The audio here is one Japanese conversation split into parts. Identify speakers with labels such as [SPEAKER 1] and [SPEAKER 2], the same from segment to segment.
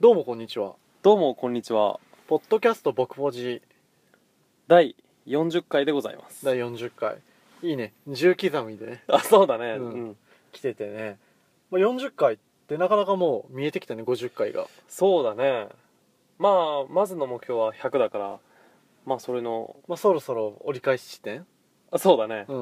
[SPEAKER 1] どうもこんにちは。
[SPEAKER 2] どうもこんにちは
[SPEAKER 1] ポッドキャスト僕ポジ
[SPEAKER 2] 第40回でございます
[SPEAKER 1] 第40回。いいね。10刻みでね、
[SPEAKER 2] あそうだね
[SPEAKER 1] う
[SPEAKER 2] うんん、
[SPEAKER 1] 来ててね。まあ、40回ってなかなかもう見えてきたね、50回が。
[SPEAKER 2] そうだねまあまずの目標は100だからまあそれの
[SPEAKER 1] まあ、そろそろ折り返し地点。
[SPEAKER 2] あそうだね
[SPEAKER 1] うん。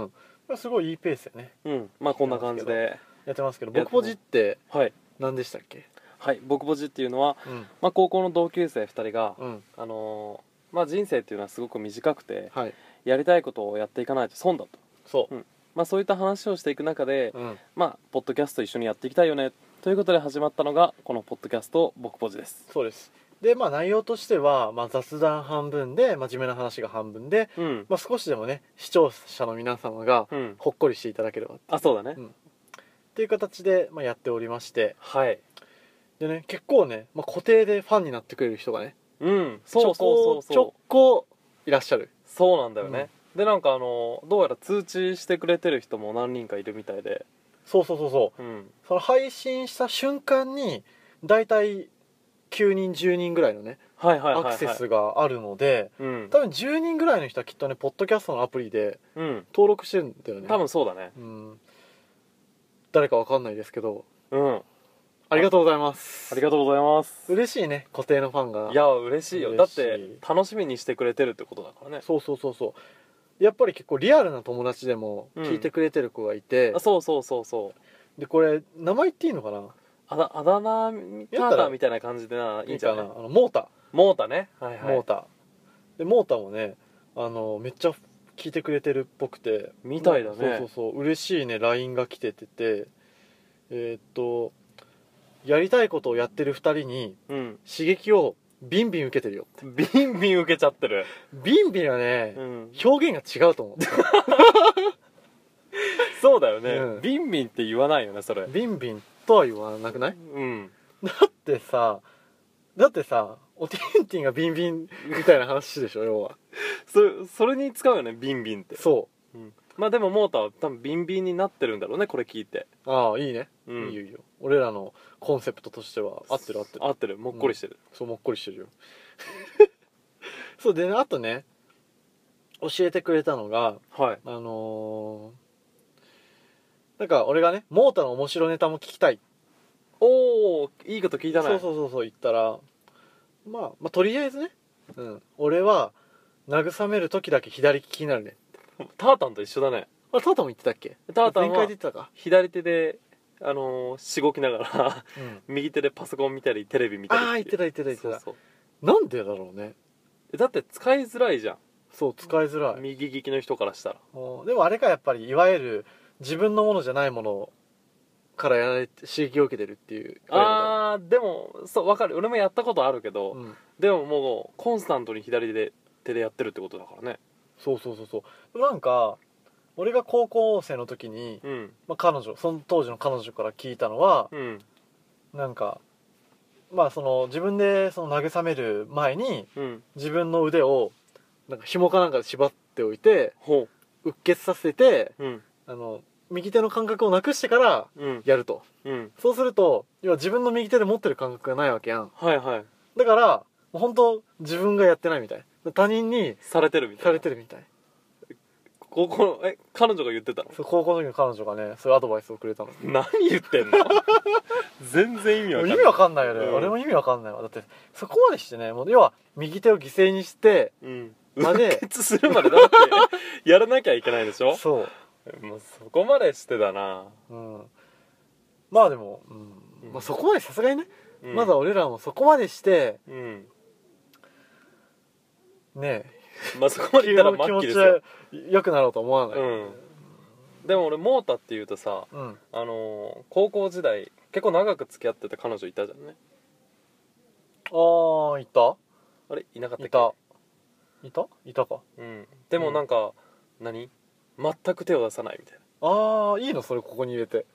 [SPEAKER 1] まあすごいいいペースやね。
[SPEAKER 2] うんまあこんな感じで
[SPEAKER 1] やってますけど、
[SPEAKER 2] やっ
[SPEAKER 1] 僕
[SPEAKER 2] て
[SPEAKER 1] ポ
[SPEAKER 2] ます
[SPEAKER 1] ジって
[SPEAKER 2] はい
[SPEAKER 1] 何でしたっけ
[SPEAKER 2] はい僕ぼじっていうのは、
[SPEAKER 1] うん。
[SPEAKER 2] まあ、高校の同級生2人が、
[SPEAKER 1] うん。
[SPEAKER 2] あのーまあ人生っていうのはすごく短くて
[SPEAKER 1] はい。
[SPEAKER 2] やりたいことをやっていかないと損だと
[SPEAKER 1] そ
[SPEAKER 2] まあそういった話をしていく中で
[SPEAKER 1] う。うん。
[SPEAKER 2] まあポッドキャスト一緒にやっていきたいよねということで始まったのがこのポッドキャスト僕ぼじです
[SPEAKER 1] そうです。で、まあ内容としては、まあ雑談半分で、真面目な話が半分で、
[SPEAKER 2] うん
[SPEAKER 1] まあ少しでもね、視聴者の皆様が
[SPEAKER 2] うん
[SPEAKER 1] ほっこりしていただければ
[SPEAKER 2] あそうだね、
[SPEAKER 1] うんっていう形で、まあ、やっておりまして
[SPEAKER 2] はい
[SPEAKER 1] でね結構ね、まあ、固定でファンになってくれる人がね
[SPEAKER 2] うんそうそうそ
[SPEAKER 1] ちょ
[SPEAKER 2] うそ
[SPEAKER 1] こちょこいらっしゃる
[SPEAKER 2] うそうなんだよね、でなんかあのどうやら通知してくれてる人も何人かいるみたいで
[SPEAKER 1] そうそうそうそ
[SPEAKER 2] うん
[SPEAKER 1] うその配信した瞬間に大体9人10人ぐらいのね
[SPEAKER 2] はいはいはい、
[SPEAKER 1] ア
[SPEAKER 2] はい、
[SPEAKER 1] クセスがあるので
[SPEAKER 2] うん
[SPEAKER 1] 多分10人ぐらいの人はきっとねポッドキャストのアプリで
[SPEAKER 2] うん
[SPEAKER 1] 登録してるんだよね
[SPEAKER 2] 多分そうだね
[SPEAKER 1] うん誰かわかんないですけど
[SPEAKER 2] うんあ
[SPEAKER 1] ありがとうございます
[SPEAKER 2] りがとうございます
[SPEAKER 1] 嬉しいね固定のファンが
[SPEAKER 2] いや嬉しいよ
[SPEAKER 1] 嬉
[SPEAKER 2] だっ
[SPEAKER 1] しい
[SPEAKER 2] て楽しみにしてくれてるってことだからね
[SPEAKER 1] そうそうそうそうやっぱり結構リアルな友達でも
[SPEAKER 2] うん
[SPEAKER 1] 聞いてくれてる子がいて、
[SPEAKER 2] あそうそうそうそう
[SPEAKER 1] でこれ名前言っていいのかな
[SPEAKER 2] あだあだ名タータみたいな感じでないい
[SPEAKER 1] い
[SPEAKER 2] ん
[SPEAKER 1] い
[SPEAKER 2] じゃ
[SPEAKER 1] か
[SPEAKER 2] な
[SPEAKER 1] ないあのモータ
[SPEAKER 2] モータねはい
[SPEAKER 1] ー、
[SPEAKER 2] は
[SPEAKER 1] モー
[SPEAKER 2] い
[SPEAKER 1] ターでモーターもねあのめっちゃ聞いてくれてるっぽくて
[SPEAKER 2] みたいだね
[SPEAKER 1] そうそうそう嬉しいね LINE が来てててえーっとやりたいことをやってる2人に
[SPEAKER 2] うん
[SPEAKER 1] 刺激をビンビン受けてるよって
[SPEAKER 2] ビンビン受けちゃってる
[SPEAKER 1] ビンビンはね、
[SPEAKER 2] うん
[SPEAKER 1] 表現が違うと思
[SPEAKER 2] そうだよね、
[SPEAKER 1] うん
[SPEAKER 2] ビンビンって言わないよねそれ
[SPEAKER 1] うビンビンとは言わなくない
[SPEAKER 2] うん
[SPEAKER 1] だってさだってさおてんてんがビンビンみたいな話でしょ要は
[SPEAKER 2] そそれに使うよねビンビンって
[SPEAKER 1] そ
[SPEAKER 2] うんまあでもモーターは多分ビンビンになってるんだろうねこれ聞いて、
[SPEAKER 1] うああいいね、
[SPEAKER 2] うん、
[SPEAKER 1] いいよいいよ俺らのコンセプトとしては合ってる合ってる
[SPEAKER 2] 合ってるもっこりしてる、
[SPEAKER 1] そうもっこりしてるよ そうでねあとね教えてくれたのが
[SPEAKER 2] はい
[SPEAKER 1] あのーなんか俺がねモータの面白ネタも聞きたい
[SPEAKER 2] おおいいこと聞いたね
[SPEAKER 1] そうそうそうそう言ったらまあ、まあ、とりあえずね、うん、俺は慰める時だけ左利きになるね
[SPEAKER 2] タータンと一緒だね
[SPEAKER 1] あれタータンも言ってたっけ
[SPEAKER 2] タータン
[SPEAKER 1] 前
[SPEAKER 2] は
[SPEAKER 1] 回で言ってたか、
[SPEAKER 2] 左手であのーしごきながら
[SPEAKER 1] うん、
[SPEAKER 2] 右手でパソコン見たりテレビ見たり
[SPEAKER 1] ああ言ってた言ってた言ってた
[SPEAKER 2] そうそう
[SPEAKER 1] なんでだろうね
[SPEAKER 2] えだって使いづらいじゃん、
[SPEAKER 1] そう使いづらい、
[SPEAKER 2] 右利きの人からしたら
[SPEAKER 1] うんでもあれかやっぱりいわゆる自分のものじゃないものからやられて刺激を受けてるっていうあ、
[SPEAKER 2] あーでもそうわかる俺もやったことあるけど、
[SPEAKER 1] うん、
[SPEAKER 2] でももうコンスタントに左で手でやってるってことだからね
[SPEAKER 1] そうそうそうそうなんか俺が高校生の時に、
[SPEAKER 2] うん
[SPEAKER 1] まあ、彼女その当時の彼女から聞いたのは
[SPEAKER 2] うん
[SPEAKER 1] なんかまあその自分でその慰める前に
[SPEAKER 2] うん
[SPEAKER 1] 自分の腕をなんか紐かなんかで縛っておいて
[SPEAKER 2] ほ
[SPEAKER 1] うっ血させて
[SPEAKER 2] ううん
[SPEAKER 1] あの右手の感覚をなくしてから
[SPEAKER 2] うん
[SPEAKER 1] やると
[SPEAKER 2] うん
[SPEAKER 1] そうすると要は自分の右手で持ってる感覚がないわけやん
[SPEAKER 2] はいはい
[SPEAKER 1] だからもう本当自分がやってないみたい他人に
[SPEAKER 2] されてるみたいな
[SPEAKER 1] されてるみたい
[SPEAKER 2] ここのえ彼女が言ってたの
[SPEAKER 1] そう高校の時の彼女がねそういうアドバイスをくれたの
[SPEAKER 2] 何言ってん の全然意味わかんな
[SPEAKER 1] 意
[SPEAKER 2] い
[SPEAKER 1] 味わかんないよね、
[SPEAKER 2] うん
[SPEAKER 1] 俺も意味わかんないわだってそこまでしてねもう要は右手を犠牲に して
[SPEAKER 2] うん
[SPEAKER 1] まで
[SPEAKER 2] うっ血するまでだ ってやらなきゃいけないでしょ
[SPEAKER 1] そ
[SPEAKER 2] もうそこまでしてだな、
[SPEAKER 1] う、うん、まあでも、うん
[SPEAKER 2] うん
[SPEAKER 1] まあ、そこまでさすがにね、
[SPEAKER 2] うん
[SPEAKER 1] まだ俺らもそこまでして
[SPEAKER 2] うん
[SPEAKER 1] ね
[SPEAKER 2] まあそこまでいったら
[SPEAKER 1] 気
[SPEAKER 2] 末
[SPEAKER 1] 持
[SPEAKER 2] 期で
[SPEAKER 1] ち
[SPEAKER 2] すよ
[SPEAKER 1] は良くなろうとは思わない、
[SPEAKER 2] うんでも俺モータっていうとさ
[SPEAKER 1] うん
[SPEAKER 2] あのー高校時代結構長く付き合ってた彼女いたじゃんね
[SPEAKER 1] ああいた
[SPEAKER 2] あれいなかったっ
[SPEAKER 1] い
[SPEAKER 2] け
[SPEAKER 1] たいたいたか
[SPEAKER 2] うん、でもなんか、何全く手を出さないみたい
[SPEAKER 1] ああいいのそれここに入れて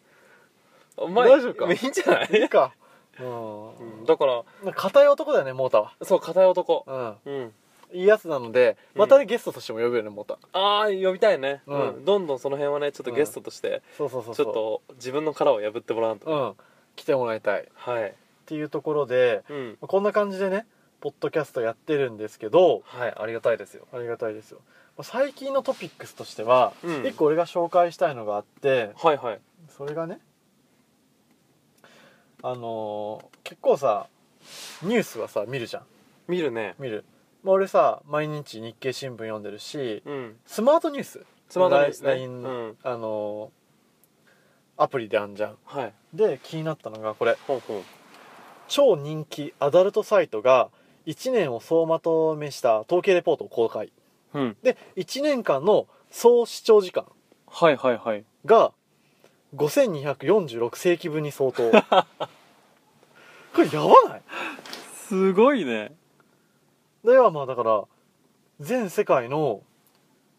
[SPEAKER 2] なお前
[SPEAKER 1] 大丈夫か
[SPEAKER 2] いいんじゃない
[SPEAKER 1] いいかう
[SPEAKER 2] うん
[SPEAKER 1] ん
[SPEAKER 2] だから
[SPEAKER 1] 硬い男だよねモータは
[SPEAKER 2] そう硬い男
[SPEAKER 1] うん
[SPEAKER 2] うん
[SPEAKER 1] いいやつなので
[SPEAKER 2] うん
[SPEAKER 1] またねゲストとしても呼ぶよねモータ
[SPEAKER 2] ああ呼びたいね、
[SPEAKER 1] うん
[SPEAKER 2] うんどんどんその辺はねちょっとゲストとして、
[SPEAKER 1] そうそうそう
[SPEAKER 2] ち
[SPEAKER 1] そう
[SPEAKER 2] ょっと自分の殻を破ってもらわんと、
[SPEAKER 1] うん来てもらいたい
[SPEAKER 2] はい
[SPEAKER 1] っていうところで
[SPEAKER 2] うん
[SPEAKER 1] こんな感じでねポッドキャストやってるんですけど
[SPEAKER 2] はいありがたいですよ
[SPEAKER 1] ありがたいですよまあ最近のトピックスとしては、
[SPEAKER 2] うん
[SPEAKER 1] 一個俺が紹介したいのがあって
[SPEAKER 2] はいはい
[SPEAKER 1] それがねあのー結構さニュースはさ見るじゃん
[SPEAKER 2] 見るね
[SPEAKER 1] 見る、まあ、俺さ毎日日経新聞読んでるし
[SPEAKER 2] うん
[SPEAKER 1] スマートニュース
[SPEAKER 2] スマートニュースね
[SPEAKER 1] LINE
[SPEAKER 2] う
[SPEAKER 1] の、
[SPEAKER 2] ん
[SPEAKER 1] あのーアプリであんじゃん
[SPEAKER 2] はい
[SPEAKER 1] で気になったのがこれ
[SPEAKER 2] ほんほん
[SPEAKER 1] 超人気アダルトサイトが1年を総まとめした統計レポートを公開
[SPEAKER 2] うん
[SPEAKER 1] で1年間の総視聴時間
[SPEAKER 2] はいはいはい
[SPEAKER 1] が5246世紀分に相 当これやばない
[SPEAKER 2] すごいね
[SPEAKER 1] ではまあだから全世界の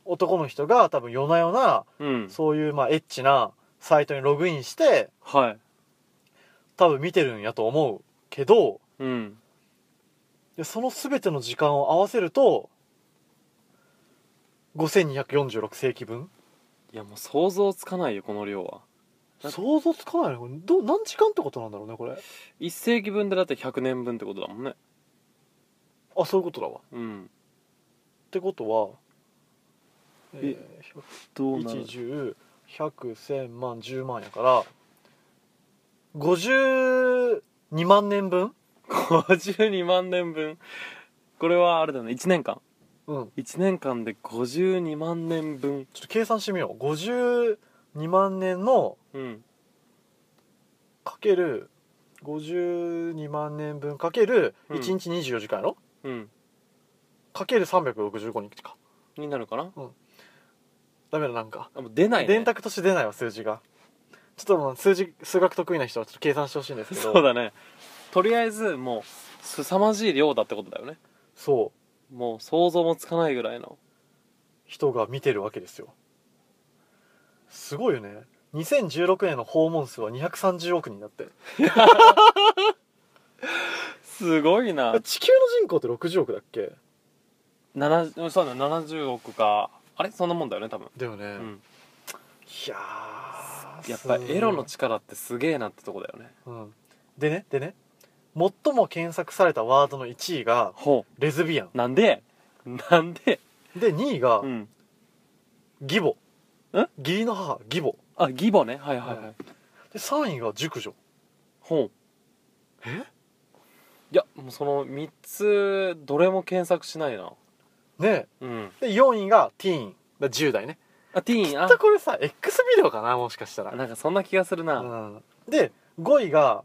[SPEAKER 1] 男の人が多分夜な夜な
[SPEAKER 2] うん
[SPEAKER 1] そういうまあエッチなサイトにログインして
[SPEAKER 2] はい
[SPEAKER 1] 多分見てるんやと思うけど
[SPEAKER 2] うん
[SPEAKER 1] でその全ての時間を合わせると5246世紀分
[SPEAKER 2] いやもう想像つかないよこの量はだ
[SPEAKER 1] 想像つかないねこれどう何時間ってことなんだろうねこれ
[SPEAKER 2] 1世紀分でだって100年分ってことだもんね
[SPEAKER 1] あそういうことだわっ
[SPEAKER 2] うん
[SPEAKER 1] てことは
[SPEAKER 2] え
[SPEAKER 1] えー
[SPEAKER 2] ど
[SPEAKER 1] 1 1 0 100万10万やから52万年分
[SPEAKER 2] 52万年分これはあれだよね1年間
[SPEAKER 1] うん
[SPEAKER 2] 1年間で52万年分
[SPEAKER 1] ちょっと計算してみよう52万年の
[SPEAKER 2] うん
[SPEAKER 1] かける52万年分かける
[SPEAKER 2] うん
[SPEAKER 1] 1日24時間やろ、
[SPEAKER 2] うん
[SPEAKER 1] かける365日か
[SPEAKER 2] になるかな
[SPEAKER 1] ダメだなんか、
[SPEAKER 2] あもう出ないね
[SPEAKER 1] 電卓として出ないわ数字がちょっともう数字数学得意な人はちょっと計算してほしいんですけど
[SPEAKER 2] そうだねとりあえずもう凄まじい量だってことだよね
[SPEAKER 1] そう
[SPEAKER 2] もう想像もつかないぐらいの
[SPEAKER 1] 人が見てるわけですよすごいよね2016年の訪問数は230億人だって
[SPEAKER 2] すごいな
[SPEAKER 1] 地球の人口って60億だっけ
[SPEAKER 2] 70そうだね70億かあれそんなもんだよね多分
[SPEAKER 1] だよね、
[SPEAKER 2] うん
[SPEAKER 1] いやー
[SPEAKER 2] やっぱエロの
[SPEAKER 1] す
[SPEAKER 2] 力ってすげえなってとこだよね
[SPEAKER 1] ごいうん、でねでね最も検索されたワードの1位が
[SPEAKER 2] ほ
[SPEAKER 1] レズビアン
[SPEAKER 2] うなんでなんで
[SPEAKER 1] で2位が
[SPEAKER 2] うん
[SPEAKER 1] 義母、
[SPEAKER 2] ん
[SPEAKER 1] 義理の母義母
[SPEAKER 2] あ義母ねはいはいはい、
[SPEAKER 1] うんで3位が熟女
[SPEAKER 2] ほう
[SPEAKER 1] え
[SPEAKER 2] いやもうその3つどれも検索しないな
[SPEAKER 1] ね
[SPEAKER 2] うん
[SPEAKER 1] で4位がティーンだ10代ね
[SPEAKER 2] あティーン
[SPEAKER 1] またこれさ X ビデオかなもしかしたら
[SPEAKER 2] あなんかそんな気がするな、
[SPEAKER 1] うん、で5位が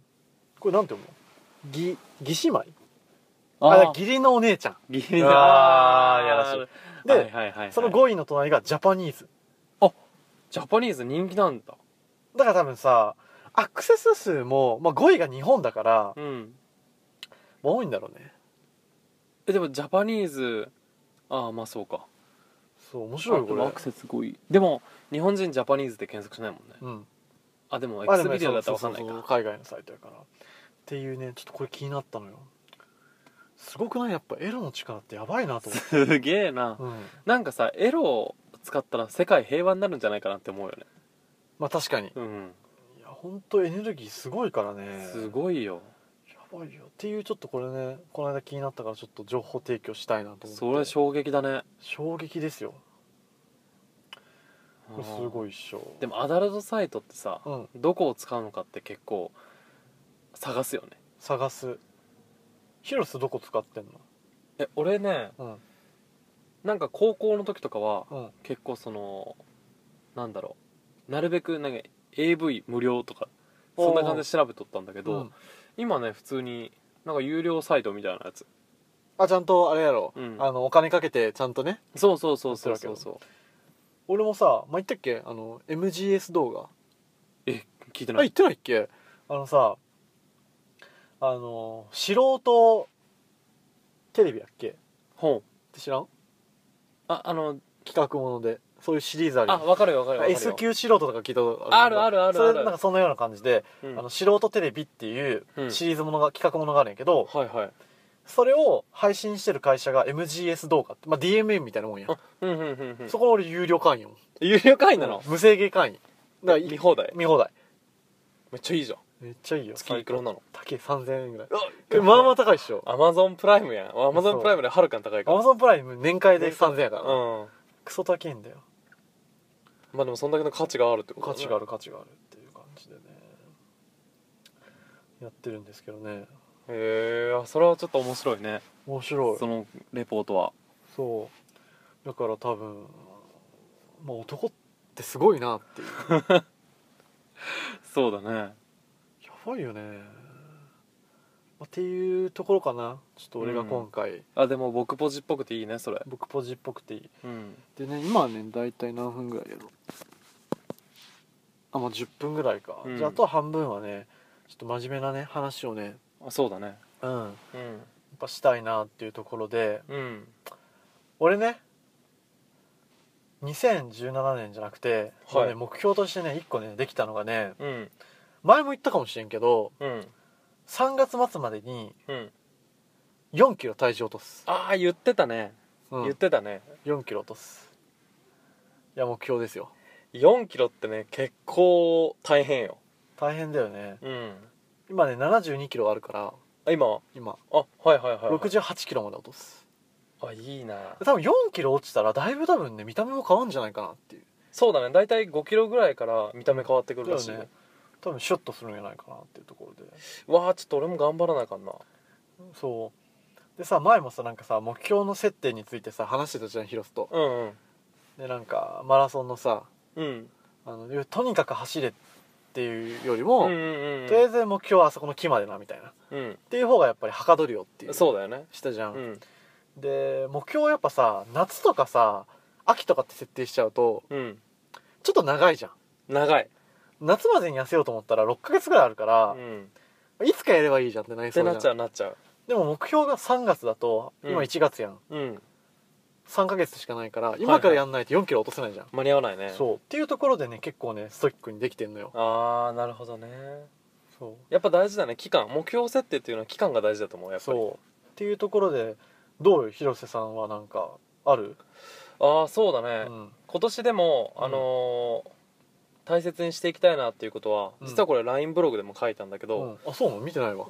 [SPEAKER 1] これなんて読むの義義姉妹あ
[SPEAKER 2] あ
[SPEAKER 1] 義理のお姉ちゃん
[SPEAKER 2] ギリ
[SPEAKER 1] あーやらしいで
[SPEAKER 2] で、はいはいはいはい、
[SPEAKER 1] その5位の隣がジャパニーズ
[SPEAKER 2] ジャパニーズ人気なんだ
[SPEAKER 1] だから多分さアクセス数も、まあ、5位が日本だから
[SPEAKER 2] うん
[SPEAKER 1] 多いんだろうね
[SPEAKER 2] えでもジャパニーズああまあそうか
[SPEAKER 1] そう面白いよこ
[SPEAKER 2] あでもアク
[SPEAKER 1] れ
[SPEAKER 2] セス5位でも日本人ジャパニーズって検索しないもんね
[SPEAKER 1] うん
[SPEAKER 2] あでも
[SPEAKER 1] あ
[SPEAKER 2] X ビデオだったら分かんない
[SPEAKER 1] そうそう
[SPEAKER 2] か
[SPEAKER 1] そう海外のサイトやからっていうねちょっとこれ気になったのよすごくないやっぱエロの力ってやばいなと思って、
[SPEAKER 2] すげえ な
[SPEAKER 1] うん、
[SPEAKER 2] なんかさエロを使ったら世界平和になるんじゃないかなって思うよね
[SPEAKER 1] まあ確かにい
[SPEAKER 2] うん
[SPEAKER 1] や本当エネルギーすごいからね
[SPEAKER 2] すごいよ
[SPEAKER 1] やばいよっていうちょっとこれねこの間気になったからちょっと情報提供したいなと思って
[SPEAKER 2] それ衝撃だね
[SPEAKER 1] 衝撃ですよこれす
[SPEAKER 2] い
[SPEAKER 1] ごいっしょ
[SPEAKER 2] でもアダルトサイトってさ
[SPEAKER 1] うん
[SPEAKER 2] どこを使うのかって結構探すよね
[SPEAKER 1] 探す広瀬どこ使ってん
[SPEAKER 2] え俺ね
[SPEAKER 1] の
[SPEAKER 2] なんか高校の時とかは
[SPEAKER 1] うんうん
[SPEAKER 2] 結構そのなんだろうなるべくなんか AV 無料とかそんな感じで調べとったんだけど、
[SPEAKER 1] うん
[SPEAKER 2] 今ね普通になんか有料サイトみたいなやつ
[SPEAKER 1] あちゃんとあれやろ、
[SPEAKER 2] うん
[SPEAKER 1] あのお金かけてちゃんとね
[SPEAKER 2] そうそうそうそうそうそう
[SPEAKER 1] 俺もさ前言ったっけあの MGS 動画
[SPEAKER 2] え聞いて
[SPEAKER 1] あ
[SPEAKER 2] な
[SPEAKER 1] 言
[SPEAKER 2] い
[SPEAKER 1] ってないっけあのさあの素人テレビやっけっ
[SPEAKER 2] 本
[SPEAKER 1] て知らん
[SPEAKER 2] ああの
[SPEAKER 1] 企画ものでそういうシリーズあるよ
[SPEAKER 2] あ分かるよ分かるよ
[SPEAKER 1] S
[SPEAKER 2] 分かるよ
[SPEAKER 1] 級素人とか聞いたこと
[SPEAKER 2] あるあるある
[SPEAKER 1] そ
[SPEAKER 2] あ
[SPEAKER 1] れ
[SPEAKER 2] る
[SPEAKER 1] なんかそんなような感じで、
[SPEAKER 2] うん
[SPEAKER 1] あの素人テレビっていう
[SPEAKER 2] うん
[SPEAKER 1] シリーズものが、企画ものがあるんやけど
[SPEAKER 2] はいはい
[SPEAKER 1] それを配信してる会社が MGS 動画って、まあ、DMM みたいなもんや、
[SPEAKER 2] あうんうんうんうん
[SPEAKER 1] そこの俺有料会員やもん
[SPEAKER 2] 有料会員なの
[SPEAKER 1] 無制限会員だから
[SPEAKER 2] 見放題
[SPEAKER 1] 見放題
[SPEAKER 2] めっちゃいいじゃん
[SPEAKER 1] めっちゃいいよ
[SPEAKER 2] 月いくらなの
[SPEAKER 1] 高い3000円ぐらいえまあまあ高いっしょ
[SPEAKER 2] アマゾンプライムやんアマゾンプライムではるかに高い
[SPEAKER 1] ア
[SPEAKER 2] から
[SPEAKER 1] マゾンプライム年会で
[SPEAKER 2] 年会
[SPEAKER 1] 3000円やから、
[SPEAKER 2] うん
[SPEAKER 1] クソ高いんだよ
[SPEAKER 2] まあでもそんだけの価値があるってこと
[SPEAKER 1] 価
[SPEAKER 2] だね
[SPEAKER 1] 値がある価値があるっていう感じでねやってるんですけどね
[SPEAKER 2] へえあそれはちょっと面白いね
[SPEAKER 1] 面白い
[SPEAKER 2] そのレポートは
[SPEAKER 1] そうだから多分まあ男ってすごいなっていう
[SPEAKER 2] そうだね
[SPEAKER 1] やばいよね、まあっていうところかなちょっと俺が今回、
[SPEAKER 2] あでも僕ポジっぽくていいねそれ
[SPEAKER 1] 僕ポジっぽくていい
[SPEAKER 2] うん
[SPEAKER 1] でね今はね大体何分ぐらいやろうあもう10分ぐらいか、
[SPEAKER 2] うん
[SPEAKER 1] じゃああと半分はねちょっと真面目なね話をね
[SPEAKER 2] あそうだね
[SPEAKER 1] うんやっ
[SPEAKER 2] うん
[SPEAKER 1] ぱしたいなっていうところで
[SPEAKER 2] うん
[SPEAKER 1] 俺ね2017年じゃなくて、
[SPEAKER 2] はい
[SPEAKER 1] もうね目標としてね1個ねできたのがね
[SPEAKER 2] うん
[SPEAKER 1] 前も言ったかもしれんけど
[SPEAKER 2] うん
[SPEAKER 1] 3月末までに
[SPEAKER 2] うん
[SPEAKER 1] 4キロ体重落とす、
[SPEAKER 2] ああ言ってたね、
[SPEAKER 1] うん、
[SPEAKER 2] 言ってたね
[SPEAKER 1] 4キロ落とすいや目標ですよ
[SPEAKER 2] 4キロってね結構大変よ
[SPEAKER 1] 大変だよね
[SPEAKER 2] うん
[SPEAKER 1] 今ね7 2キロあるから
[SPEAKER 2] あ今
[SPEAKER 1] 今
[SPEAKER 2] あはいはいはい、はい、
[SPEAKER 1] 6 8キロまで落とす
[SPEAKER 2] あいいな
[SPEAKER 1] 多分4キロ落ちたらだいぶ多分ね見た目も変わるんじゃないかなっていう
[SPEAKER 2] そうだね大体5キロぐらいから見た目変わってくるらしいね
[SPEAKER 1] だよね多分シュッとするんじゃないかなっていうところで
[SPEAKER 2] わあちょっと俺も頑張らなあかんな
[SPEAKER 1] そうでさ前もさなんかさ目標の設定についてさ話してたじゃんヒロスと
[SPEAKER 2] うんうん
[SPEAKER 1] でなんかマラソンのさ
[SPEAKER 2] うん
[SPEAKER 1] あのいやとにかく走れっていうより
[SPEAKER 2] う
[SPEAKER 1] も、
[SPEAKER 2] んうんうん
[SPEAKER 1] とりあえず目標はあそこの木までなみたいなっ
[SPEAKER 2] うん
[SPEAKER 1] ていう方がやっぱりはかどるよっていう
[SPEAKER 2] そうだよね
[SPEAKER 1] したじゃん、
[SPEAKER 2] うん
[SPEAKER 1] で目標はやっぱさ夏とかさ秋とかって設定しちゃうと
[SPEAKER 2] うん
[SPEAKER 1] ちょっと長いじゃん
[SPEAKER 2] 長い
[SPEAKER 1] 夏までに痩せようと思ったら6ヶ月ぐらいあるか
[SPEAKER 2] う
[SPEAKER 1] ら、
[SPEAKER 2] ん
[SPEAKER 1] いつかやればいいじゃんってなり
[SPEAKER 2] っ
[SPEAKER 1] そ
[SPEAKER 2] て
[SPEAKER 1] うじゃ
[SPEAKER 2] なんっちゃうなっちゃう
[SPEAKER 1] でも目標が3月だと
[SPEAKER 2] うん
[SPEAKER 1] 今1月やん、
[SPEAKER 2] うん
[SPEAKER 1] 3ヶ月しかないから今からやんないと4キロ落とせないじゃん、
[SPEAKER 2] 間に合わないね
[SPEAKER 1] そうっていうところでね結構ねストイックにできてんのよ
[SPEAKER 2] ああなるほどね
[SPEAKER 1] そ
[SPEAKER 2] やっぱ大事だね期間目標設定っていうのは期間が大事だと思うや
[SPEAKER 1] う
[SPEAKER 2] っぱり
[SPEAKER 1] そうっていうところでどう広瀬さんはなんかある、
[SPEAKER 2] ああそうだ
[SPEAKER 1] う
[SPEAKER 2] ね、
[SPEAKER 1] ん、
[SPEAKER 2] 今年でも、
[SPEAKER 1] うん
[SPEAKER 2] あのー大切にしていきたいなっていうことは
[SPEAKER 1] うん
[SPEAKER 2] 実はこれ LINE ブログでも書いたんだけど、
[SPEAKER 1] うんあそうなの見てない わ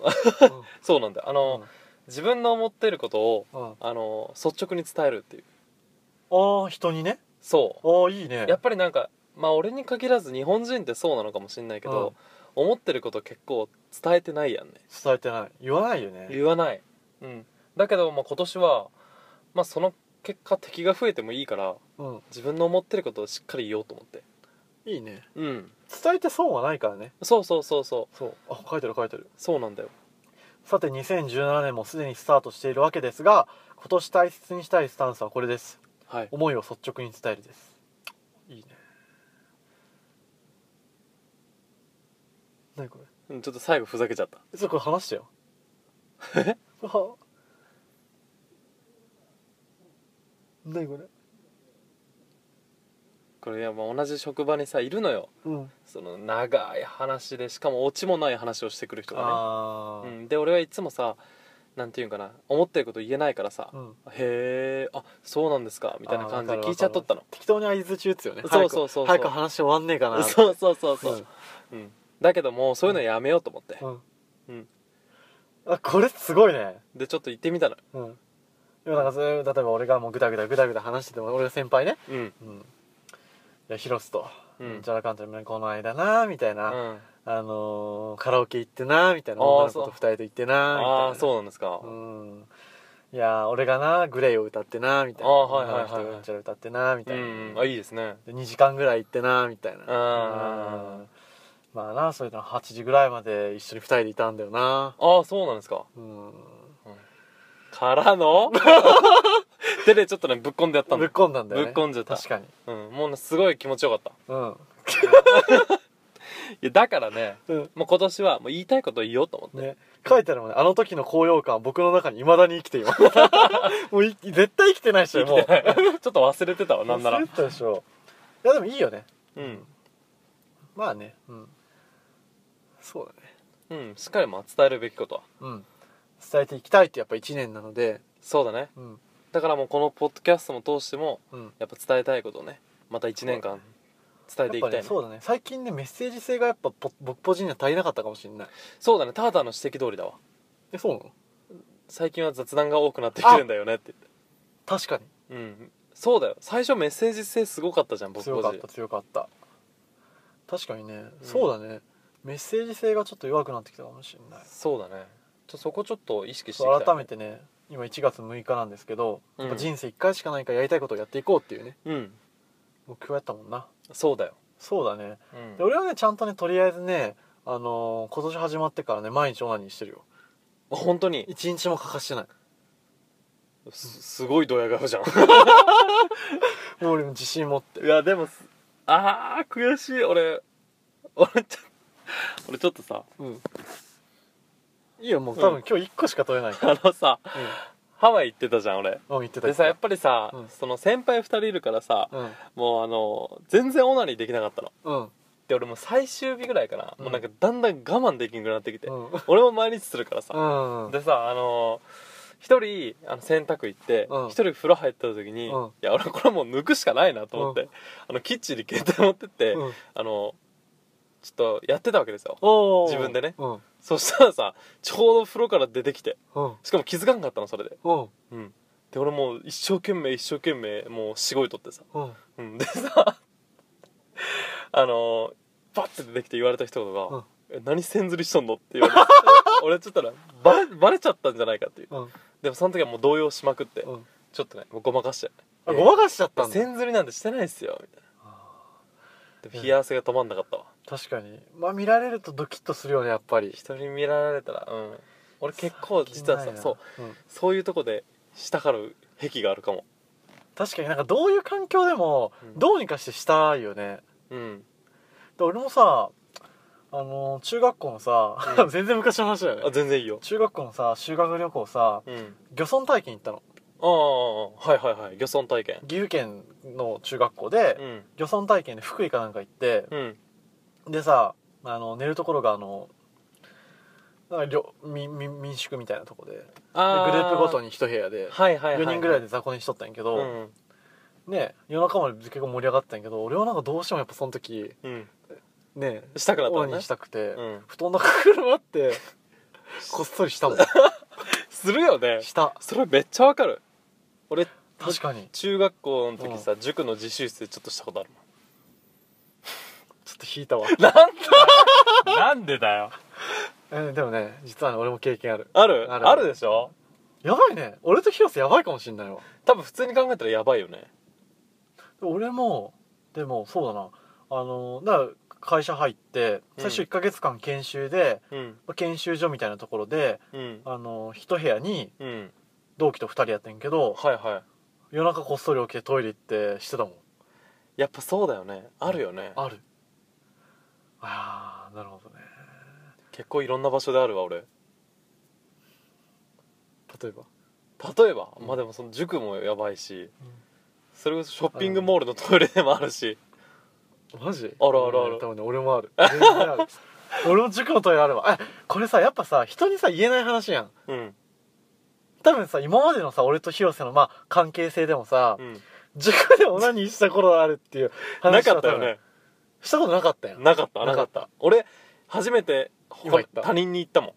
[SPEAKER 2] そうなんだよあ
[SPEAKER 1] うん
[SPEAKER 2] のー、自分の思ってることを、
[SPEAKER 1] うんうん
[SPEAKER 2] あのー率直に伝えるっていう
[SPEAKER 1] ああ人にね
[SPEAKER 2] そ
[SPEAKER 1] ああいいね
[SPEAKER 2] う やっぱりなんかまあ俺に限らず日本人ってそうなのかもしれないけど、思ってること結構伝えてないやんね
[SPEAKER 1] 伝えてない言わないよね
[SPEAKER 2] 言わない、うん、だけど、まあ、今年は、まあ、その結果敵が増えてもいいから
[SPEAKER 1] うん
[SPEAKER 2] 自分の思ってることをしっかり言おうと思って
[SPEAKER 1] いいね
[SPEAKER 2] うん
[SPEAKER 1] 伝えて損はないからね
[SPEAKER 2] そうそうそうそう
[SPEAKER 1] そうあ書いてる書いてる
[SPEAKER 2] そうなんだよ
[SPEAKER 1] さて2017年もすでにスタートしているわけですが今年大切にしたいスタンスはこれです
[SPEAKER 2] はい
[SPEAKER 1] 思いを率直に伝えるですいいね何これ
[SPEAKER 2] うんちょっと最後ふざけちゃった
[SPEAKER 1] えそれこれ話してよ えは何これ
[SPEAKER 2] これいやまあ同じ職場にさいるのよ
[SPEAKER 1] うん
[SPEAKER 2] その長い話でしかもオチもない話をしてくる人が
[SPEAKER 1] あ
[SPEAKER 2] ね、う
[SPEAKER 1] ー
[SPEAKER 2] ん、で俺はいつもさなんていうんかな思ってること言えないからさ「
[SPEAKER 1] うん
[SPEAKER 2] へえあそうなんですか」みたいな感じ
[SPEAKER 1] あーわかるわ
[SPEAKER 2] で
[SPEAKER 1] かる
[SPEAKER 2] 聞いちゃっとったの
[SPEAKER 1] 適当に相づち打つよね
[SPEAKER 2] そうそうそうそう
[SPEAKER 1] 早く早く話終わんねえかな
[SPEAKER 2] そうそうそうそうう、うん、だけどもうそういうのやめようと思って、
[SPEAKER 1] ん、うん
[SPEAKER 2] うん
[SPEAKER 1] あこれすごいね
[SPEAKER 2] でちょっと行ってみたの
[SPEAKER 1] うんでもなんかそういう例えば俺がもうグダグダグダグダ話してても俺が先輩ね
[SPEAKER 2] うん
[SPEAKER 1] うんいや広瀬と、
[SPEAKER 2] う
[SPEAKER 1] うんん、ジャラカントにこの間なみたいな、
[SPEAKER 2] あ
[SPEAKER 1] あのーカラオケ行ってなみたいな
[SPEAKER 2] あー
[SPEAKER 1] 女の子と二人で行ってなみたいな
[SPEAKER 2] あーそうなんですか、
[SPEAKER 1] うんいやー俺がなグレイを歌ってなみたいな
[SPEAKER 2] あーはいはいはいはい
[SPEAKER 1] 女の人がジャラ歌ってなみ
[SPEAKER 2] う
[SPEAKER 1] たいな、
[SPEAKER 2] ん、あいいですね
[SPEAKER 1] で2時間ぐらい行ってなみたいな
[SPEAKER 2] あー
[SPEAKER 1] うんまあなそういうの8時ぐらいまで一緒に二人でいたんだよな
[SPEAKER 2] ああそうなんですか
[SPEAKER 1] うん
[SPEAKER 2] か らのでねちょっとねぶっこんでやった
[SPEAKER 1] ぶ
[SPEAKER 2] の
[SPEAKER 1] っ、こんだんだよね
[SPEAKER 2] ぶっこんじゃった
[SPEAKER 1] 確かに
[SPEAKER 2] うん、もうねすごい気持ちよかった
[SPEAKER 1] うん
[SPEAKER 2] いやだからね
[SPEAKER 1] うん
[SPEAKER 2] もう今年はもう言いたいことを言おうと思って、
[SPEAKER 1] ね、書いてあるもんね、あの時の高揚感は僕の中に未だに生きています。 もうい絶対生きてないっしょ、もう。
[SPEAKER 2] ちょっと忘れて たわなんなら
[SPEAKER 1] 忘れてたでしょ。いや、でもいいよね。
[SPEAKER 2] うん、
[SPEAKER 1] まあね、うん。そうだね。
[SPEAKER 2] うん、しっかりまあ伝えるべきことは
[SPEAKER 1] うん。伝えていきたいってやっぱ一年なので、
[SPEAKER 2] そうだね
[SPEAKER 1] うん。
[SPEAKER 2] だからもうこのポッドキャストも通しても
[SPEAKER 1] うん。
[SPEAKER 2] やっぱ伝えたいことをねまた1年間伝え
[SPEAKER 1] や
[SPEAKER 2] て
[SPEAKER 1] っ
[SPEAKER 2] い
[SPEAKER 1] ぱ
[SPEAKER 2] きたい
[SPEAKER 1] ね
[SPEAKER 2] ね
[SPEAKER 1] そうだね最近ねメッセージ性がやっぱポ僕個人には足りなかったかもしれない
[SPEAKER 2] そうだねターターの指摘通りだわ
[SPEAKER 1] えそうなの
[SPEAKER 2] 最近は雑談が多くなってきてるんだよねって
[SPEAKER 1] 確かに
[SPEAKER 2] うんそうだよ最初メッセージ性すごかったじゃん僕
[SPEAKER 1] 強か
[SPEAKER 2] 個
[SPEAKER 1] った
[SPEAKER 2] 人
[SPEAKER 1] 強かった確かにね、そうだねメッセージ性がちょっと弱くなってきたかもしれない
[SPEAKER 2] そうだねちょそこちょっと意識してい
[SPEAKER 1] そう
[SPEAKER 2] きた
[SPEAKER 1] 改
[SPEAKER 2] い
[SPEAKER 1] めてね今1月6日なんですけど、
[SPEAKER 2] うん
[SPEAKER 1] やっぱ人生1回しかないからやりたいことをやっていこうっていうね
[SPEAKER 2] うん
[SPEAKER 1] 目標やったもんな
[SPEAKER 2] そうだよ、
[SPEAKER 1] そうだね
[SPEAKER 2] うん
[SPEAKER 1] で俺はねちゃんとねとりあえずねあのー今年始まってからね毎日オナニーしてるよ
[SPEAKER 2] 本当に
[SPEAKER 1] 一日も欠かしてない
[SPEAKER 2] すすごいドヤ顔 じゃん
[SPEAKER 1] もう俺も自信持って
[SPEAKER 2] いやでもすあー悔しい俺俺ちょ 俺ちょっとさ
[SPEAKER 1] うんいいよもう多
[SPEAKER 2] う
[SPEAKER 1] 分今日1個しか取れないか
[SPEAKER 2] あのさ
[SPEAKER 1] ら、
[SPEAKER 2] ハワイ行ってたじゃん俺
[SPEAKER 1] うん、うん、言ってた
[SPEAKER 2] でさやっぱりさ、
[SPEAKER 1] うん
[SPEAKER 2] その先輩2人いるからさ、もうあの全然オナニーできなかったの
[SPEAKER 1] うんうん
[SPEAKER 2] で俺もう最終日ぐらいかな、
[SPEAKER 1] うん
[SPEAKER 2] もうなんかだんだん我慢できんくなってきて、
[SPEAKER 1] うん
[SPEAKER 2] 俺も毎日するからさ、
[SPEAKER 1] うんうん
[SPEAKER 2] でさあの一人あの洗濯行って一、
[SPEAKER 1] うん
[SPEAKER 2] 人風呂入った時に、
[SPEAKER 1] うん
[SPEAKER 2] いや俺これもう抜くしかないなと思って、
[SPEAKER 1] う
[SPEAKER 2] あのキッチンに携帯持ってって、
[SPEAKER 1] うん
[SPEAKER 2] あのちょっとやってたわけですよ
[SPEAKER 1] おー
[SPEAKER 2] 自分でね
[SPEAKER 1] うん
[SPEAKER 2] そしたらさちょうど風呂から出てきて
[SPEAKER 1] うん
[SPEAKER 2] しかも気づかんかったのそれで
[SPEAKER 1] うん
[SPEAKER 2] うんで俺もう一生懸命一生懸命もうしごいとってさ、
[SPEAKER 1] うん
[SPEAKER 2] うん、でさあのバッて出てきて言われた一言が
[SPEAKER 1] うん
[SPEAKER 2] 「え何せんずりしとんの?」って言わ れて俺ちょっとなバレバレちゃったんじゃないかっていう
[SPEAKER 1] うん
[SPEAKER 2] でもその時はもう動揺しまくって
[SPEAKER 1] うん
[SPEAKER 2] ちょっとねもうごまかして
[SPEAKER 1] あごまかしちゃったんだ
[SPEAKER 2] せんずりなんてしてないっすよみたいなでも
[SPEAKER 1] うん
[SPEAKER 2] 冷や汗が止まんなかったわ
[SPEAKER 1] 確かにまあ見られるとドキッとするよねやっぱり
[SPEAKER 2] 人に見られたらうん俺結構実は
[SPEAKER 1] 最近
[SPEAKER 2] さ
[SPEAKER 1] ないな
[SPEAKER 2] そう
[SPEAKER 1] うん
[SPEAKER 2] そういうとこで下から癖があるかも
[SPEAKER 1] 確かになんかどういう環境でも
[SPEAKER 2] うん
[SPEAKER 1] どうにかしてしたいよね
[SPEAKER 2] うん
[SPEAKER 1] で俺もさあの中学校のさ、
[SPEAKER 2] う ん
[SPEAKER 1] 全然昔の話だよ
[SPEAKER 2] あ
[SPEAKER 1] ね
[SPEAKER 2] 全然いいよ
[SPEAKER 1] 中学校のさ修学旅行さ
[SPEAKER 2] うん
[SPEAKER 1] 漁村体験行ったの
[SPEAKER 2] ああはいはいはい漁村体験
[SPEAKER 1] 岐阜県の中学校で、
[SPEAKER 2] うん
[SPEAKER 1] 漁村体験で福井かなんか行って、
[SPEAKER 2] うん
[SPEAKER 1] でさあの寝るところがあのなんかりょ民民民宿みたいなとこででグル
[SPEAKER 2] あ
[SPEAKER 1] ープごと
[SPEAKER 2] に
[SPEAKER 1] に一部屋で
[SPEAKER 2] はいはいはい
[SPEAKER 1] 4人ぐらい
[SPEAKER 2] で
[SPEAKER 1] で雑魚寝しとったんやけ
[SPEAKER 2] う
[SPEAKER 1] ど、
[SPEAKER 2] ん
[SPEAKER 1] ね夜中まで結構盛り上がったんやけど俺はなんかどうしてもやっぱその時
[SPEAKER 2] うん
[SPEAKER 1] ね
[SPEAKER 2] したくなった
[SPEAKER 1] オ
[SPEAKER 2] の
[SPEAKER 1] ナニー
[SPEAKER 2] ね
[SPEAKER 1] したくて、
[SPEAKER 2] うん
[SPEAKER 1] 布団の中くるまって こっそりしたもん
[SPEAKER 2] するよね
[SPEAKER 1] した
[SPEAKER 2] それめっちゃわかる俺
[SPEAKER 1] 確かに
[SPEAKER 2] 中学校の時さ塾の自習室でちょっとしたことあるもん
[SPEAKER 1] ちょっと引いたわ、
[SPEAKER 2] なんだ なんでだよ
[SPEAKER 1] うんでもね実はね俺も経験ある
[SPEAKER 2] ある
[SPEAKER 1] ある
[SPEAKER 2] あるでしょ
[SPEAKER 1] やばいね俺と広瀬やばいかもしんないわ
[SPEAKER 2] 多分普通に考えたらやばいよね
[SPEAKER 1] 俺もでもそうだなあのだから会社入って最初
[SPEAKER 2] うん
[SPEAKER 1] 1ヶ月間研修で、
[SPEAKER 2] うん
[SPEAKER 1] 研修所みたいなところで
[SPEAKER 2] うん
[SPEAKER 1] あの一部屋に
[SPEAKER 2] うん
[SPEAKER 1] 同期と2人やってんけど
[SPEAKER 2] はいはい
[SPEAKER 1] 夜中こっそり起きてトイレ行ってしてたもん
[SPEAKER 2] やっぱそうだよねあるよね
[SPEAKER 1] あるああなるほどね
[SPEAKER 2] 結構いろんな場所であるわ俺
[SPEAKER 1] 例えば
[SPEAKER 2] 例えば、
[SPEAKER 1] うん
[SPEAKER 2] まあでもその塾もやばいし、
[SPEAKER 1] うん
[SPEAKER 2] それこそショッピングモールのトイレでもあるし
[SPEAKER 1] マジ
[SPEAKER 2] あるあるある
[SPEAKER 1] 多分ね俺も ある全然ある俺も塾のトイレあるわあこれさやっぱさ人にさ言えない話やん
[SPEAKER 2] うん
[SPEAKER 1] 多分さ今までのさ俺と広瀬のまあ関係性でもさ、
[SPEAKER 2] うん
[SPEAKER 1] 塾でオナニーした頃あるっていう
[SPEAKER 2] な
[SPEAKER 1] 話
[SPEAKER 2] か
[SPEAKER 1] は
[SPEAKER 2] ったよね
[SPEAKER 1] 多分したことなかったよ
[SPEAKER 2] なかったな
[SPEAKER 1] な
[SPEAKER 2] か
[SPEAKER 1] か
[SPEAKER 2] っ
[SPEAKER 1] った
[SPEAKER 2] 俺初めてほ
[SPEAKER 1] 今言った
[SPEAKER 2] 他人に行ったもんこ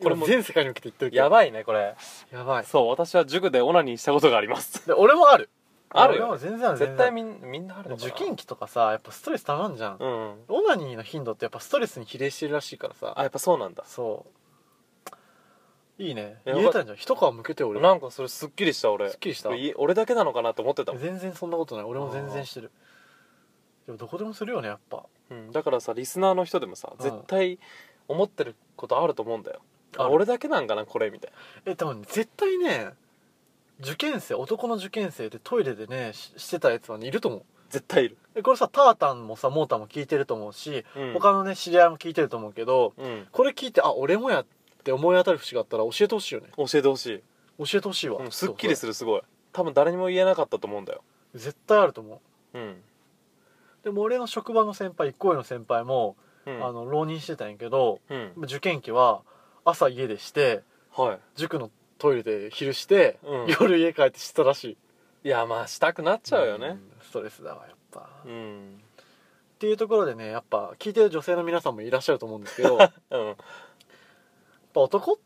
[SPEAKER 1] こ
[SPEAKER 2] れ
[SPEAKER 1] れ
[SPEAKER 2] も
[SPEAKER 1] も全世界に向けて言ってるけど
[SPEAKER 2] やばいねこれ
[SPEAKER 1] やばい
[SPEAKER 2] そう私は塾でオナニーしたことがあります
[SPEAKER 1] で俺もある
[SPEAKER 2] ある
[SPEAKER 1] 俺も
[SPEAKER 2] よ
[SPEAKER 1] 全然ある
[SPEAKER 2] 絶
[SPEAKER 1] 全
[SPEAKER 2] 対
[SPEAKER 1] 然
[SPEAKER 2] みんみんなあるのかな
[SPEAKER 1] 受験期とかさやっぱストレスたまんじゃん、
[SPEAKER 2] うん
[SPEAKER 1] オナニーの頻度ってやっぱストレスに比例してるらしいからさ
[SPEAKER 2] あやっぱそうなんだ
[SPEAKER 1] そういいね
[SPEAKER 2] え
[SPEAKER 1] 言えたんじゃん一皮向けて俺
[SPEAKER 2] なんかそれすっきりした俺
[SPEAKER 1] すっきりした
[SPEAKER 2] い俺だけなのかなと思ってたもん、
[SPEAKER 1] 全然そんなことない俺も全然してるでもどこでもするよねやっぱ
[SPEAKER 2] うん、だからさリスナーの人でもさ
[SPEAKER 1] うん
[SPEAKER 2] 絶対思ってることあると思うんだよあ
[SPEAKER 1] ある
[SPEAKER 2] 俺だけなんかなこれみたいな
[SPEAKER 1] え多分ね絶対ね受験生男の受験生でトイレでねししてたやつはねいると思う
[SPEAKER 2] 絶対いる、
[SPEAKER 1] えこれさタータンもさモータンも聞いてると思うし、
[SPEAKER 2] うん、
[SPEAKER 1] 他のね知り合いも聞いてると思うけど
[SPEAKER 2] うん、
[SPEAKER 1] これ聞いてあ俺もやって思い当たる節があったら教えてほしいよね
[SPEAKER 2] 教えてほしい、
[SPEAKER 1] 教えてほしいわ、
[SPEAKER 2] うん、すっきりす
[SPEAKER 1] る
[SPEAKER 2] るすごい多分誰にも言えなかったと思うんだよ
[SPEAKER 1] 絶対あると思
[SPEAKER 2] うん、
[SPEAKER 1] うでも俺の職場の先輩一個上の先輩も、
[SPEAKER 2] うん、
[SPEAKER 1] あの浪人してたんやけど
[SPEAKER 2] うん
[SPEAKER 1] 受験期は朝家でして
[SPEAKER 2] は
[SPEAKER 1] 塾のトイレで昼して、
[SPEAKER 2] うん
[SPEAKER 1] 夜家帰ってしてたらしい
[SPEAKER 2] いいやまあしたくなっちゃうよね
[SPEAKER 1] んストレスだわやっぱ、
[SPEAKER 2] うん、
[SPEAKER 1] っていうところでねやっぱ聞いてる女性の皆さんもいらっしゃると思うんです けどやっ
[SPEAKER 2] うん
[SPEAKER 1] ぱ男っ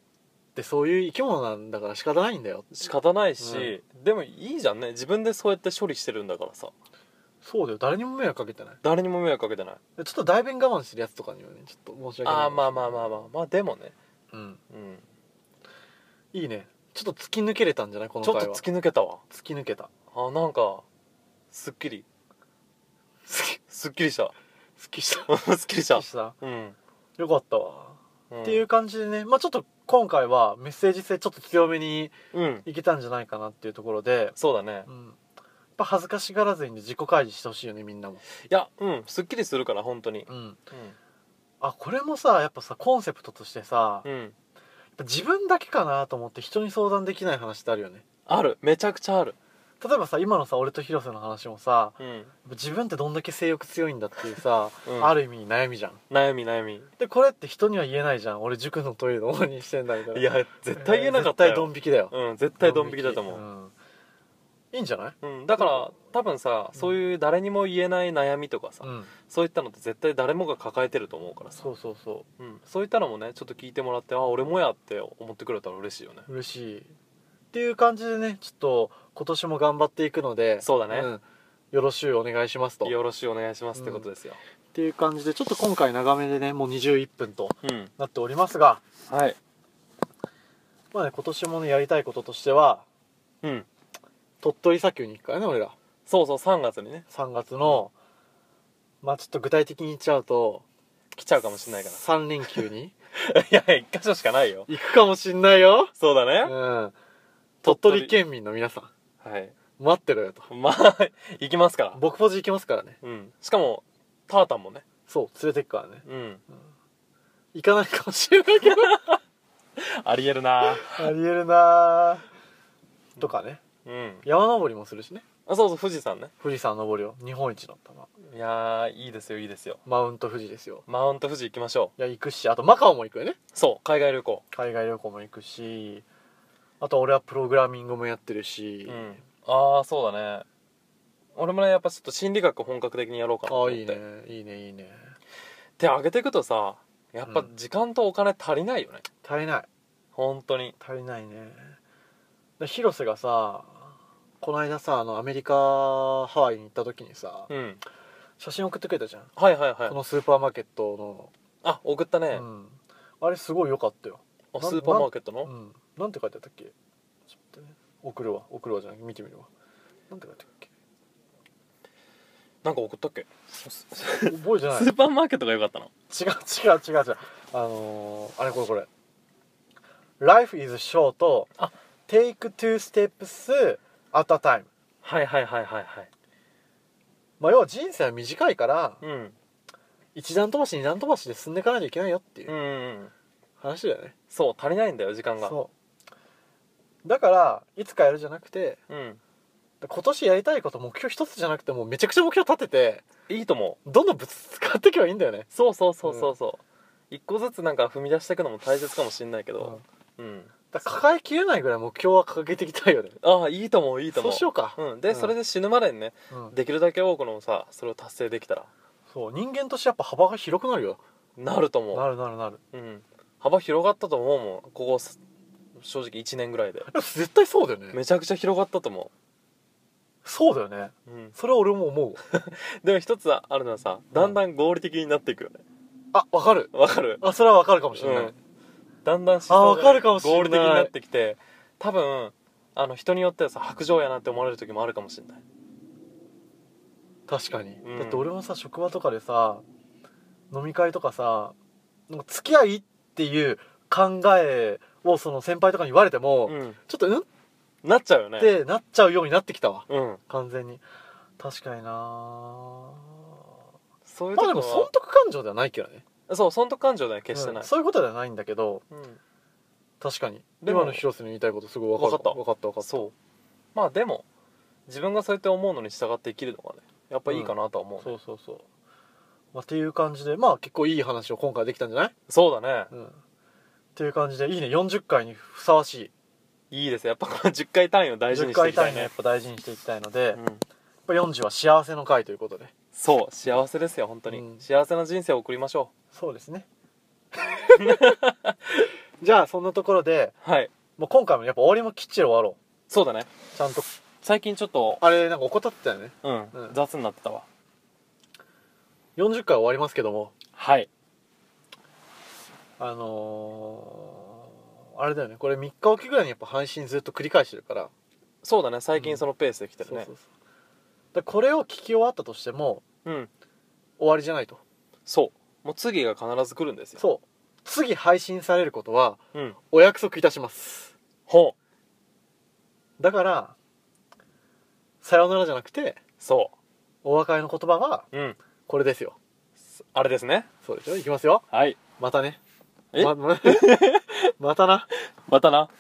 [SPEAKER 1] てそういう生き物なんだから仕方ないんだよ
[SPEAKER 2] 仕方ないし、でもいいじゃんね自分でそうやって処理してるんだからさ
[SPEAKER 1] そうだよ誰にも迷惑かけてない
[SPEAKER 2] 誰にも迷惑かけてない
[SPEAKER 1] でちょっと代弁我慢してるやつとかにはねちょっと申し訳ない
[SPEAKER 2] ああまあまあまあまあまあでもね、
[SPEAKER 1] うん
[SPEAKER 2] うん、
[SPEAKER 1] いいねちょっと突き抜けれたんじゃないこの
[SPEAKER 2] ちょ
[SPEAKER 1] 回
[SPEAKER 2] っ
[SPEAKER 1] は
[SPEAKER 2] と突き抜けたわ
[SPEAKER 1] 突き抜けた
[SPEAKER 2] あなんかすっきり
[SPEAKER 1] すき
[SPEAKER 2] すっきりした
[SPEAKER 1] すき した
[SPEAKER 2] すっきりした
[SPEAKER 1] すきした
[SPEAKER 2] うん、
[SPEAKER 1] よかったわ、
[SPEAKER 2] うん、
[SPEAKER 1] っていう感じでねまあちょっと今回はメッセージ性ちょっと強めに
[SPEAKER 2] うん
[SPEAKER 1] いけたんじゃないかなっていうところで、
[SPEAKER 2] そうだね
[SPEAKER 1] うん、やっぱ恥ずかしがらずに自己開示してほしいよねみんなも、
[SPEAKER 2] いやうんすっきりするから本当に
[SPEAKER 1] うん、あこれもさやっぱさコンセプトとしてさ、
[SPEAKER 2] うん、うん、
[SPEAKER 1] やっぱ自分だけかなと思って人に相談できない話ってあるよね
[SPEAKER 2] あるめちゃくちゃある
[SPEAKER 1] 例えばさ今のさ俺と広瀬の話もさ
[SPEAKER 2] うん、
[SPEAKER 1] 自分ってどんだけ性欲強いんだっていうさ、
[SPEAKER 2] うん、
[SPEAKER 1] あ
[SPEAKER 2] る
[SPEAKER 1] る意味悩みじゃん
[SPEAKER 2] 悩み悩み
[SPEAKER 1] でこれって人には言えないじゃん俺塾のトイレの方にしてんだみたいない
[SPEAKER 2] や絶対言えなかった
[SPEAKER 1] 絶対ドン
[SPEAKER 2] よ
[SPEAKER 1] 引きだよ
[SPEAKER 2] うん絶対ドン引きだと思う、
[SPEAKER 1] うんいいんじゃない
[SPEAKER 2] うん、だから多分さ、
[SPEAKER 1] うん
[SPEAKER 2] そういう誰にも言えない悩みとかさ、
[SPEAKER 1] うん
[SPEAKER 2] そういったのって絶対誰もが抱えてると思うからさ
[SPEAKER 1] そうそうそ
[SPEAKER 2] うん、そういったのもねちょっと聞いてもらってあ俺もやって思ってくれたら嬉しいよね
[SPEAKER 1] う嬉しいっていう感じでねちょっと今年も頑張っていくので
[SPEAKER 2] そうだね
[SPEAKER 1] んよろしゅうお願いしますとっ
[SPEAKER 2] よろしくお願いしますってことですよ
[SPEAKER 1] ていう感じでちょっと今回長めでねもう21分と
[SPEAKER 2] うん、
[SPEAKER 1] なっておりますが
[SPEAKER 2] はい
[SPEAKER 1] まあね今年もねやりたいこととしては
[SPEAKER 2] うん
[SPEAKER 1] 鳥取砂丘に行くからね俺ら
[SPEAKER 2] そうそう3月にね
[SPEAKER 1] 3月のまあちょっと具体的に言っちゃうと
[SPEAKER 2] 来ちゃうかもしんないか
[SPEAKER 1] 3連休に
[SPEAKER 2] ら いや1箇所しかないよ
[SPEAKER 1] 行くかもしんないよ
[SPEAKER 2] そうだ
[SPEAKER 1] う
[SPEAKER 2] ね、
[SPEAKER 1] ん鳥取県民の皆さん
[SPEAKER 2] はい
[SPEAKER 1] 待ってろよと
[SPEAKER 2] まあ 行きますから
[SPEAKER 1] 僕ポジ行きますからね
[SPEAKER 2] うんしかもタータンもね
[SPEAKER 1] そう連れてくからね
[SPEAKER 2] うん
[SPEAKER 1] 行かないかもしれないけど
[SPEAKER 2] ありえるな
[SPEAKER 1] ありえるなぁとかね
[SPEAKER 2] うん
[SPEAKER 1] 山登りもするしね
[SPEAKER 2] あそうそう富士山ね
[SPEAKER 1] 富士山登りを日本一だったない
[SPEAKER 2] やーいいですよいいですよ
[SPEAKER 1] マウント富士ですよ
[SPEAKER 2] マウント富士行きましょう
[SPEAKER 1] いや行くしあとマカオも行くよね
[SPEAKER 2] そう海外旅行
[SPEAKER 1] 海外旅行も行くしあと俺はプログラミングもやってるし、
[SPEAKER 2] うんああそうだね俺もねやっぱちょっと心理学本格的にやろうかなと
[SPEAKER 1] あ
[SPEAKER 2] 思っ
[SPEAKER 1] あい
[SPEAKER 2] て
[SPEAKER 1] いねいいねいいね
[SPEAKER 2] 手上げていくとさやっぱ時間とお金足りないよね、
[SPEAKER 1] 足りない
[SPEAKER 2] 本当に
[SPEAKER 1] 足りないねで広瀬がさこの間さあのアメリカハワイに行った時にさ
[SPEAKER 2] うん
[SPEAKER 1] 写真送ってくれたじゃん
[SPEAKER 2] はいはいは
[SPEAKER 1] こ
[SPEAKER 2] い
[SPEAKER 1] のスーパーマーケットの
[SPEAKER 2] あ送ったね
[SPEAKER 1] う、ん、あれすごい良かったよ、
[SPEAKER 2] あ
[SPEAKER 1] なん
[SPEAKER 2] スーパーマーケット
[SPEAKER 1] う
[SPEAKER 2] の
[SPEAKER 1] ん、なんて書いてあったっけちょっとね送るわ送るわじゃなくて見てみるわなんて書いてあっ
[SPEAKER 2] なんか送ったっけ
[SPEAKER 1] たっけ覚えて ない
[SPEAKER 2] スーパーマーケットが良かったの
[SPEAKER 1] 違う違う違う違うあのー、あれこれこれ「Life is short」
[SPEAKER 2] あ
[SPEAKER 1] 「Take two steps at a time
[SPEAKER 2] はいはいはいはいはい」
[SPEAKER 1] まあ要は人生は短いから
[SPEAKER 2] うん
[SPEAKER 1] 一段飛ばし二段飛ばしで進んでいかないといけないよってい
[SPEAKER 2] うん
[SPEAKER 1] う
[SPEAKER 2] うんうん
[SPEAKER 1] 話だよね、
[SPEAKER 2] そう足りないんだよ時間が
[SPEAKER 1] そうだからいつかやるじゃなくて
[SPEAKER 2] うん
[SPEAKER 1] 今年やりたいこと目標一つじゃなくてもうめちゃくちゃ目標立てて
[SPEAKER 2] いいと思う
[SPEAKER 1] どんどんぶつかっていけばいいんだよね
[SPEAKER 2] そうそうそうそうそう、一個ずつなんか踏み出していくのも大切かもしんないけどうん、
[SPEAKER 1] だから抱えきれないぐらい目標は掲げていきたいよね
[SPEAKER 2] ああいいと思ういいと
[SPEAKER 1] そ
[SPEAKER 2] 思
[SPEAKER 1] う
[SPEAKER 2] う
[SPEAKER 1] しようか、
[SPEAKER 2] うん、で、それで死ぬまでにね
[SPEAKER 1] うん
[SPEAKER 2] できるだけ多くのさそれを達成できたら
[SPEAKER 1] そう人間としてやっぱ幅が広くなるよ
[SPEAKER 2] なると思う
[SPEAKER 1] なるなるなる
[SPEAKER 2] うん、幅広がったと思うもんここす正直1年ぐらいで
[SPEAKER 1] でも絶対そうだよね
[SPEAKER 2] めちゃくちゃ広がったと思
[SPEAKER 1] そうだよね
[SPEAKER 2] う、うん、
[SPEAKER 1] それは俺も思うわ
[SPEAKER 2] でも一つあるのはさだんだん合理的になっていくよね
[SPEAKER 1] あわかる
[SPEAKER 2] わかる
[SPEAKER 1] あそれはわかるかもしれない、
[SPEAKER 2] うんだんだん思想
[SPEAKER 1] あわかるかもしんない
[SPEAKER 2] 合理的になってきて多分あの人によってはさ白状やなって思われる時もあるかもしれない
[SPEAKER 1] 確かに、
[SPEAKER 2] うん
[SPEAKER 1] だって俺もさ職場とかでさ飲み会とかさなんか付き合いっていう考えをその先輩とかに言われても、
[SPEAKER 2] うん
[SPEAKER 1] ちょっとうんっ
[SPEAKER 2] なっちゃうよね
[SPEAKER 1] てなっちゃうようになってきたわ
[SPEAKER 2] うん
[SPEAKER 1] 完全に確かにな
[SPEAKER 2] そういうと
[SPEAKER 1] まあで
[SPEAKER 2] こ
[SPEAKER 1] も
[SPEAKER 2] は、
[SPEAKER 1] 損得感情ではないけどね
[SPEAKER 2] そう損得感情では決してな
[SPEAKER 1] う
[SPEAKER 2] い
[SPEAKER 1] ん、そういうことではないんだけど
[SPEAKER 2] うん
[SPEAKER 1] 確かに
[SPEAKER 2] でも
[SPEAKER 1] 今の広瀬の言いたいことすごい分かる
[SPEAKER 2] わかった
[SPEAKER 1] 分かった分かった
[SPEAKER 2] そうまあでも自分がそうやって思うのに従って生きるのがねやっぱいいかなとは思う、ね
[SPEAKER 1] そうそうそう、まあ、っていう感じでまあ結構いい話を今回できたんじゃない、
[SPEAKER 2] そうだね
[SPEAKER 1] うん、っていう感じでいいね40回にふさわしい
[SPEAKER 2] いいですねやっぱこの10回単位を大事
[SPEAKER 1] 10
[SPEAKER 2] にして
[SPEAKER 1] 回
[SPEAKER 2] いきた
[SPEAKER 1] 単
[SPEAKER 2] い
[SPEAKER 1] 位ねや
[SPEAKER 2] ね
[SPEAKER 1] っぱ大事にしていきたいので、やっ
[SPEAKER 2] うん
[SPEAKER 1] ぱ40は幸せの回ということで
[SPEAKER 2] そう幸せですよ本当に、
[SPEAKER 1] うん
[SPEAKER 2] 幸せな人生を送りましょ
[SPEAKER 1] そうですね じゃあそんなところで
[SPEAKER 2] うはい
[SPEAKER 1] もう今回もやっぱ終わりもきっちり終わろ
[SPEAKER 2] そうだね
[SPEAKER 1] うちゃんと
[SPEAKER 2] 最近ちょっと
[SPEAKER 1] あれなんか怠ってたよね
[SPEAKER 2] うん、
[SPEAKER 1] うん
[SPEAKER 2] 雑になってたわ
[SPEAKER 1] 40回終わりますけども
[SPEAKER 2] はい
[SPEAKER 1] あのーあれだよねこれ3日おきぐらいにやっぱ配信ずっと繰り返してるから
[SPEAKER 2] そうだね最
[SPEAKER 1] う
[SPEAKER 2] 近
[SPEAKER 1] ん
[SPEAKER 2] そのペースで来てるね、
[SPEAKER 1] そうだからこれを聞き終わったとしても
[SPEAKER 2] うん
[SPEAKER 1] 終わりじゃないと
[SPEAKER 2] そうもう次が必ず来るんですよ
[SPEAKER 1] そう次配信されることは
[SPEAKER 2] う、ん、
[SPEAKER 1] お約束いたします
[SPEAKER 2] ほう
[SPEAKER 1] だからさようならじゃなくて
[SPEAKER 2] そ
[SPEAKER 1] お別れの言葉は
[SPEAKER 2] ううん
[SPEAKER 1] これですよ
[SPEAKER 2] あれですね
[SPEAKER 1] そうでしょいきますよ
[SPEAKER 2] はい
[SPEAKER 1] またね
[SPEAKER 2] え
[SPEAKER 1] ままたな
[SPEAKER 2] またな